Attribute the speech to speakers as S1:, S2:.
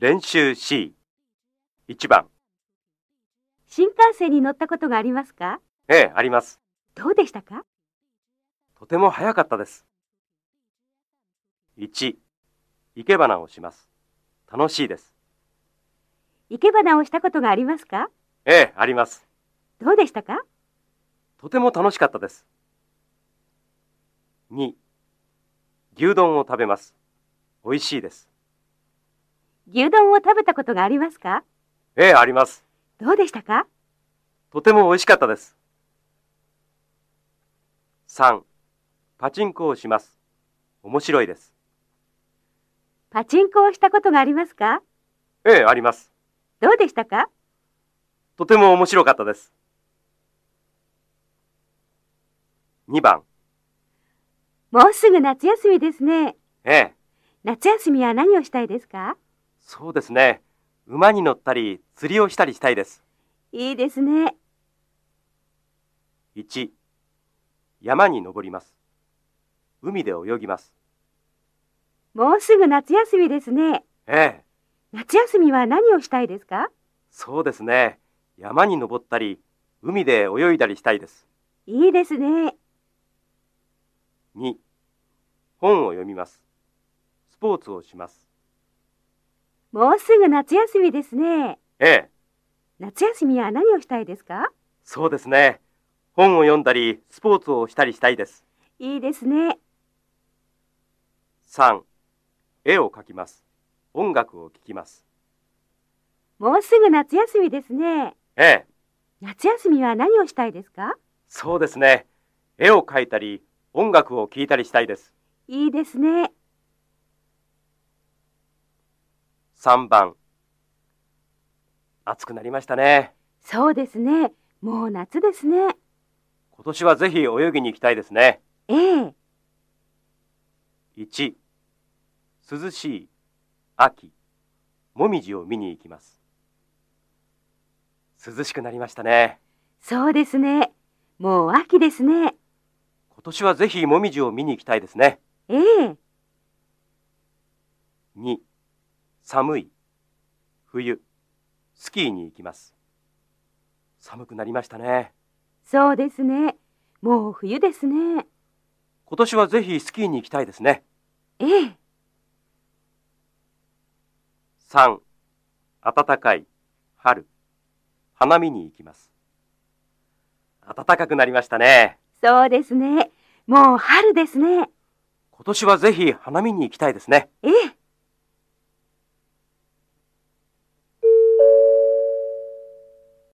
S1: 練習 C。1番。
S2: 新幹線に乗ったことがありますか
S1: ええ、あります。
S2: どうでしたか
S1: とても早かったです。1、生け花をします。楽しいです。
S2: 生け花をしたことがありますか
S1: ええ、あります。
S2: どうでしたか
S1: とても楽しかったです。2、牛丼を食べます。美味しいです。
S2: 牛丼を食べたことがありますか
S1: ええ、あります。
S2: どうでしたか
S1: とても美味しかったです。3、パチンコをします。面白いです。
S2: パチンコをしたことがありますか
S1: ええ、あります。
S2: どうでしたか
S1: とても面白かったです。2番、
S2: もうすぐ夏休みですね。
S1: ええ、
S2: 夏休みは何をしたいですか
S1: そうですね。馬に乗ったり、釣りをしたりしたいです。
S2: いいですね。
S1: 1、山に登ります。海で泳ぎます。
S2: もうすぐ夏休みですね。
S1: ええ、
S2: 夏休みは何をしたいですか
S1: そうですね。山に登ったり、海で泳いだりしたいです。
S2: いいですね。
S1: 2、本を読みます。スポーツをします。
S2: もうすぐ夏休みですね。
S1: ええ、
S2: 夏休みは何をしたいですか
S1: そうですね。本を読んだり、スポーツをしたりしたいです。
S2: いいですね。
S1: 3絵を描きます音楽を聴きます
S2: もうすぐ夏休みですね。
S1: ええ
S2: 夏休みは何をしたいですか
S1: そうですね絵を描いたり音楽を聴いたりしたいです
S2: いいですね。
S1: 3番暑くなりましたね
S2: そうですね。もう夏ですね。
S1: 今年はぜひ泳ぎに行きたいですね
S2: ええ。
S1: 1涼しい秋もみじを見に行きます涼しくなりましたね
S2: そうですね。もう秋ですね。
S1: 今年はぜひもみじを見に行きたいですね
S2: ええ。
S1: 2寒い冬スキーに行きます寒くなりましたね
S2: そうですね。もう冬ですね。
S1: 今年はぜひスキーに行きたいですね
S2: ええ。
S1: 3暖かい春花見に行きます暖かくなりましたね
S2: そうですね。もう春ですね。
S1: 今年はぜひ花見に行きたいですね
S2: ええ。